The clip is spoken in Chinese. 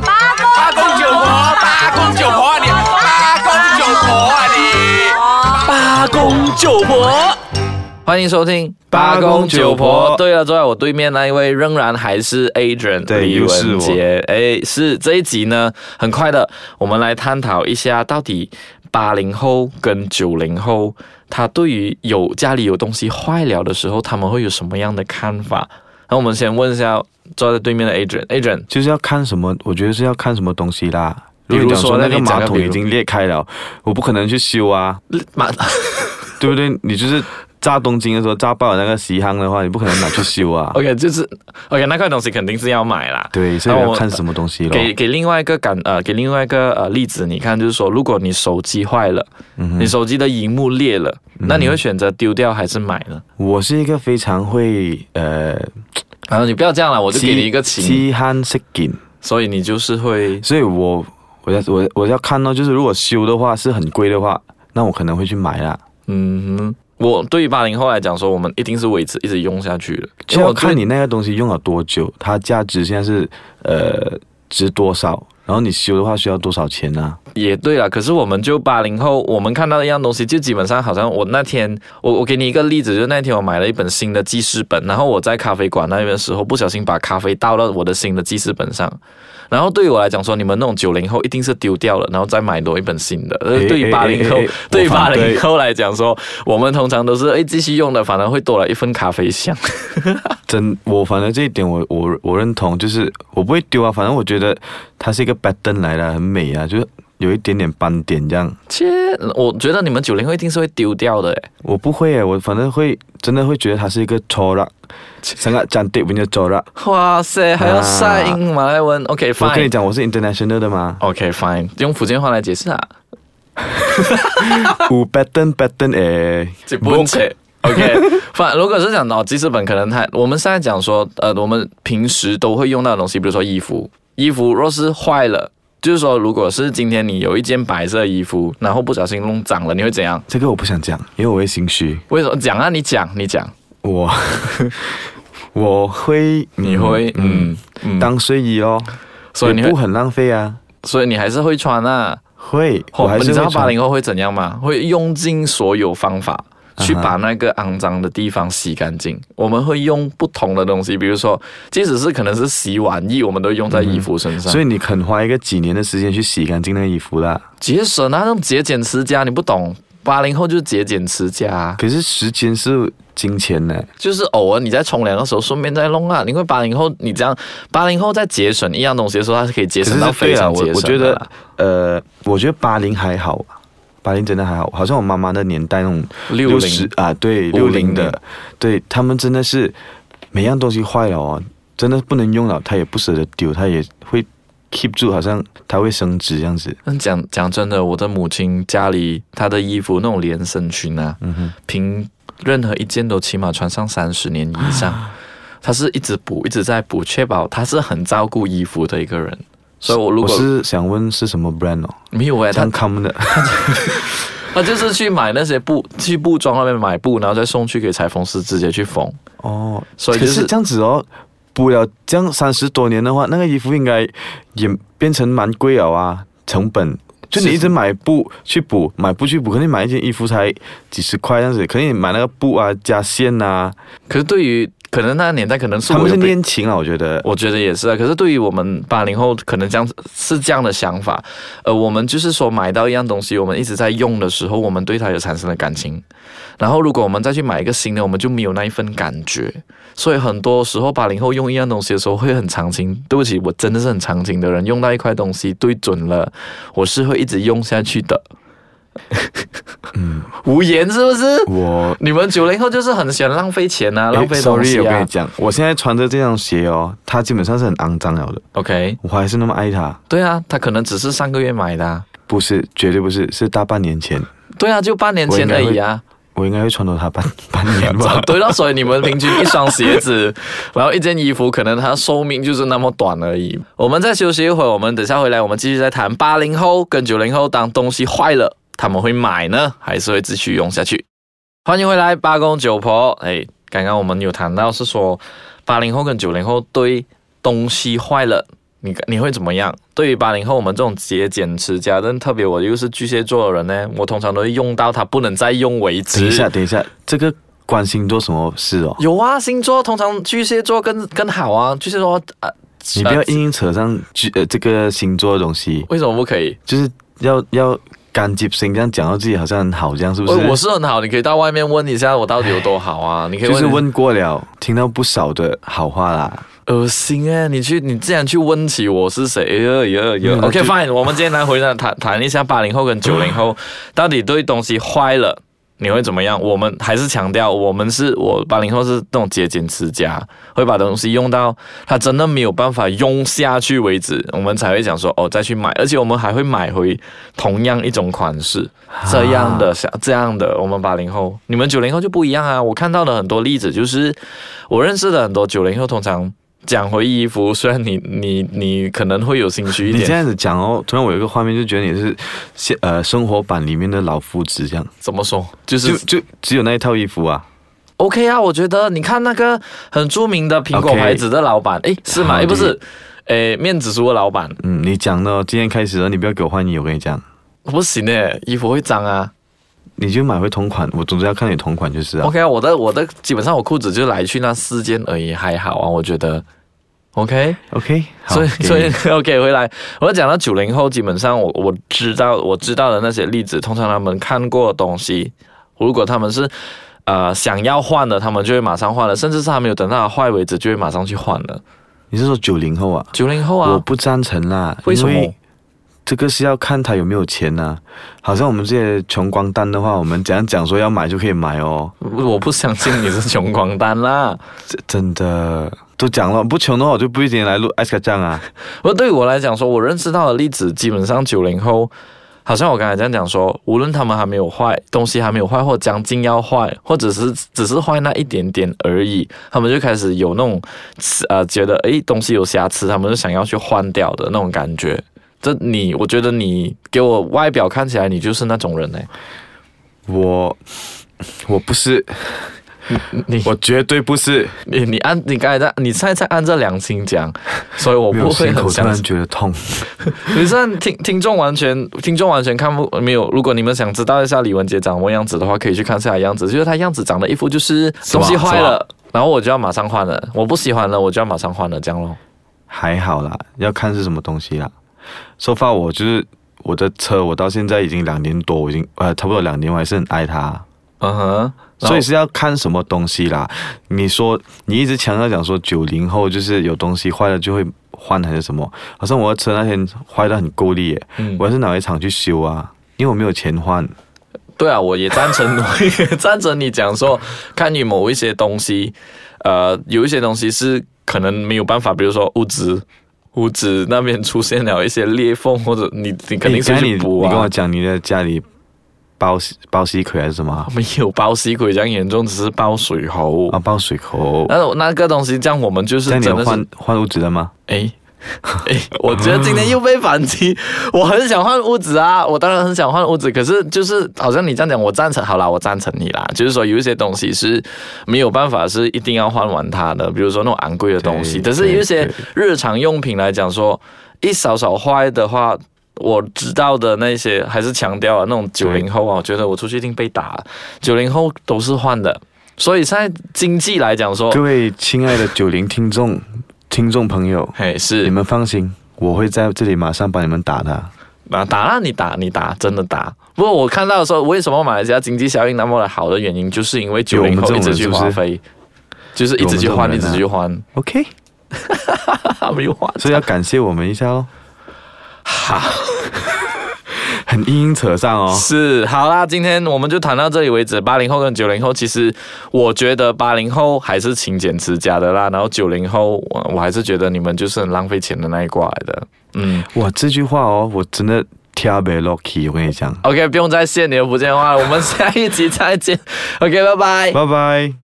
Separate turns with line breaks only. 八公九婆，八公九婆啊你，八公九婆啊你，
八公九婆。欢迎收听
八公九婆
对啊了，坐在我对面那一位仍然还是 Adrian
对
李
又是
文
我
杰。哎，是这一集呢，很快的，我们来探讨一下到底八零后跟九零后，他对于有家里有东西坏了的时候，他们会有什么样的看法？那我们先问一下坐在对面的 Adrian，Adrian
就是要看什么，我觉得是要看什么东西啦。
比如
如果讲
说
说那个
那你讲
马
个
桶
比如
已经裂开了，我不可能去修啊，
马。
对不对？你就是炸东京的时候炸爆了那个西夯的话，你不可能拿去修啊
OK 就是 OK 那块东西肯定是要买啦。
对，所以
那我
要看什么东西咯。
给给另外一个感呃，给另外一个呃例子，你看，就是说，如果你手机坏了，
嗯
你手机的荧幕裂了，那你会选择丢掉还是买呢？
我是一个非常会呃，
然后你不要这样了，我就给你一个
稀
情，
稀罕食品，
所以你就是会
所以我我要我我要看到，就是如果修的话是很贵的话，那我可能会去买啦。
嗯哼。我对于八零后来讲说，我们一定是维持一直用下去的，因
就
为
要
哎我对
看你那个东西用了多久，它价值现在是呃值多少，然后你修的话需要多少钱啊？
也对了，可是我们就八零后，我们看到一样东西，就基本上好像我那天，我我给你一个例子，就是那天我买了一本新的记事本，然后我在咖啡馆那边的时候，不小心把咖啡倒到我的新的记事本上，然后对于我来讲说，你们那种九零后一定是丢掉了，然后再买多一本新的。呃，
诶
对于八零后
诶诶诶，
对于
我
八
反对
零后来讲说，我们通常都是哎继续用的，反而会多了一份咖啡香。
真，我反正这一点我我我认同，就是我不会丢啊，反正我觉得它是一个 pattern 来的，很美啊，就是有一点点斑点这样。
切，我觉得你们九零后一定是会丢掉的欸诶。
我不会啊耶，我反正会真的会觉得它是一个 chorak，三个讲对文的 chorak。
哇塞，还要晒英马来文，OK
啊我跟你
fine。，
讲，我是 international 的嘛
OK fine，用福建话来解释啊，
五 pattern pattern 诶，
这 不切。OK，反 如果是讲到记事本，可能它我们现在讲说，呃，我们平时都会用到的东西，比如说衣服，衣服若是坏了，就是说，如果是今天你有一件白色的衣服，然后不小心弄脏了，你会怎样？
这个我不想讲，因为我会心虚。
为什么讲啊？你讲，你讲，
我 我会，
你会，嗯嗯，
当睡衣哦，
所以你
也不
会，
很浪费啊。
所以你还是会穿啊。
会，
我
我还
哦你
是
知
会
道八
穿
零后会怎样吗？会用尽所有方法
啊
去把那个肮脏的地方洗干净。我们会用不同的东西，比如说，即使是可能是洗碗液，我们都用在衣服身上，
嗯所以你肯花一个几年的时间去洗干净那个衣服啦。
节省啊，那种节俭持家，你不懂。八零后就是节俭持家啊、
可是时间是金钱呢，
就是偶尔你在冲凉的时候顺便再弄啊。因为八零后你这样，八零后在节省一样东西的时候，他是可以节
可是
省到非
对啊，
常
我
节省的啦
我觉得，呃，我觉得八零还好，八零真的还好，好像我妈妈的年代那种
六
十
零
啊，
50
对，六
年
零的，对他们真的是每样东西坏了哦，真的不能用了，她也不舍得丢，她也会 keep 住，好像它会升值这样子。
但嗯讲讲真的，我的母亲家里她的衣服那种连身裙啊，
嗯
凭任何一件都起码穿上三十年以上。
啊
她是一直补，一直在补，确保她是很照顾衣服的一个人。所以我如
我
果
是想问是什么 brand 哦，
没有哎、她
像他 们的，
她就是去买那些布，去布庄那边买布，然后再送去给裁缝师直接去缝。
哦，
所以
可
就是是
这样子哦，补了这样三十多年的话，那个衣服应该也变成蛮贵了啊，成本。就你
是
一直买布去补，买布去补，可能你买一件衣服才几十块这样子，可能你买那个布啊加线啊，
可是对于可能那个年代可能是
他
我
们
有
是
被
恋情啊，我觉得。
我觉得也是啊。可是对于我们八零后，可能这样子是这样的想法。呃，我们就是说买到一样东西，我们一直在用的时候，我们对它有产生了感情。然后如果我们再去买一个新的，我们就没有那一份感觉。所以很多时候八零后用一样东西的时候会很长情。对不起，我真的是很长情的人。用到一块东西对准了，我是会一直用下去的。嗯， 无言是不是？
我
你们九零后就是很喜欢浪费钱啊，浪费
诶
东
，sorry，
西
我跟
啊
你。讲，我现在穿着这双鞋哦，它基本上是很肮脏了的，
OK，
我还是那么爱它，
对啊，他可能只是上个月买的、啊。
不是，绝对不是，是大半年前，
对啊，就半年前而已啊。。
我应该会穿到它半半年吧
对了，所以你们平均一双鞋子，然后一件衣服，可能它寿命就是那么短而已。我们再休息一会儿，我们等下回来，我们继续再谈八零后跟九零后，当东西坏了，他们会买呢，还是会继续用下去？欢迎回来，八公九婆。哎，刚刚我们有谈到是说八零后跟九零后对东西坏了你你会怎么样？对于八零后我们这种节俭持家，但特别我又是巨蟹座的人呢，我通常都会用到它不能再用为止。
等一下，等一下，这个关星座什么事哦？
有啊，星座通常巨蟹座更更好啊，巨蟹座啊，
你不要
呃
硬硬扯上巨呃这个星座的东西，
为什么不可以？
就是要要干接心，这样讲到自己好像很好这样，是不
我
是？
我是很好，你可以到外面问一下我到底有多好啊！你可以
就是
问
问过了，听到不少的好话啦。
恶心哎、你去你竟然去问起我是谁？哎呦哎呦哎呦
嗯
OK
就
fine，我们今天来回来谈谈一下八零后跟九零后到底对东西坏了你会怎么样？我们还是强调，我们是我八零后是那种节俭持家，会把东西用到它真的没有办法用下去为止，我们才会讲说哦再去买，而且我们还会买回同样一种款式
啊
这样的像这样的，我们八零后，你们九零后就不一样啊！我看到的很多例子就是。我认识的很多九零后，通常讲回衣服，虽然你你你可能会有兴趣一
你这
点，
样子讲哦，突然我有一个画面，就觉得你是现呃生活版里面的老夫子这样，
怎么说？就是
就就只有那一套衣服啊。
OK 啊，我觉得你看那个很著名的苹果
OK 啊
牌子的老板，诶，是吗？
好
诶，不是
你，
诶，面子书的老板，
嗯，你讲的哦，今天开始了，你不要给我换衣，我跟你讲，
不行诶，衣服会脏啊。
你就买回同款，我总之要看你同款就是啊。
OK 啊，我的我的基本上我裤子就来去那四件而已，还好啊，我觉得 OK。
OK，好
所以
给
所以
你
OK 回来，我讲到九零后，基本上我我知道我知道的那些例子，通常他们看过的东西，如果他们是呃想要换的，他们就会马上换了，甚至是还没有等到它坏为止，就会马上去换了。
你是说九零后啊？
九零后
我
啊，
不赞成啦，
为什么
因这个是要看他有没有钱呐、好像我们这些穷光蛋的话，我们怎样讲说要买就可以买哦，
我我不相信你是穷光蛋啦。
这真的都讲了，不穷的话我就不一定来录艾斯卡酱啊。
不，对我来讲说，我认识到的例子，基本上九零后，好像我刚才这样讲说，无论他们还没有坏，东西还没有坏，或将近要坏，或者是 只是坏那一点点而已，他们就开始有那种呃，觉得诶东西有瑕疵，他们就想要去换掉的那种感觉。这你，我觉得你给我外表看起来，你就是那种人欸呢、
我我不是，
你
我绝对不是。
你你按你刚才在你现在在按着良心讲，所以我
我
不会
心
很
口突
相
然
信。
觉得痛。
你这样听听众完全听众完全看不没有。如果你们想知道一下李文杰长什么样子的话，可以去看一下样子，就是他样子长得一副就是
是
东
吧
西坏
是
了，然后我就要马上换了，我不喜欢了，我就要马上换了，这样咯。
还好啦，要看是什么东西啦。说发我就是我的车，我到现在已经两年多，我已经呃差不多两年，我还是很爱它。
嗯哼，然后
所以是要看什么东西啦。你说你一直强调讲说九零后就是有东西坏了就会换还是什么？好像我的车那天坏的很够力耶，
嗯
我还是拿回厂去修啊，因为我没有钱换。
对啊，我也赞成， 我也赞成你讲说，看你某一些东西，呃，有一些东西是可能没有办法，比如说物质。物质那边出现了一些裂缝，或者你你肯定是
诶刚才你
去补
你跟
啊
我，讲你的家里包包西葵还是什么啊？
没有包吸鬼这样严重，只是包水喉
啊，爆水口。
那我那个东西，这样我们就是
那你
真
有
的
换
是，
换屋子了吗？
哎 哎，我觉得今天又被反击。 我很想换屋子啊，我当然很想换屋子，可是就是好像你这样讲，我赞成。好啦，我赞成你啦，就是说有一些东西是没有办法是一定要换完它的，比如说那种昂贵的东西。
对
但是有一些
对
日常用品来讲说，一少少坏的话。我知道的那些还是强调啊，那种九零后啊，我觉得我出去一定被打。九零后都是换的，所以现在经济来讲说，
各位亲爱的九零听众、听众朋友，
嘿，是
你们放心，我会在这里马上帮你们打的。
啊，打啦，你打，你打，真的打。不过我看到的时候，为什么马来西亚经济效应那么的好的原因，就是因为九
有我
零
们
后
这
一
种
直
人
去
是不
花
是
费，就是一直去
有我
换，
们
一
这种人啊
直去换，
OK，
没有换。
所以要感谢我们一下哦喽。好， 很硬硬扯上 哦。
是，好啦，今天我们就谈到这里为止。八零后跟九零后，其实我觉得八零后还是勤俭持家的啦，然后九零后，我我还是觉得你们就是很浪费钱的那一挂来的。嗯
哇，这句话哦，我真的特别 lucky，我跟
哎
你讲。
，OK，不用再谢你的福建话了，我们下一集再见。OK，拜拜。
拜拜。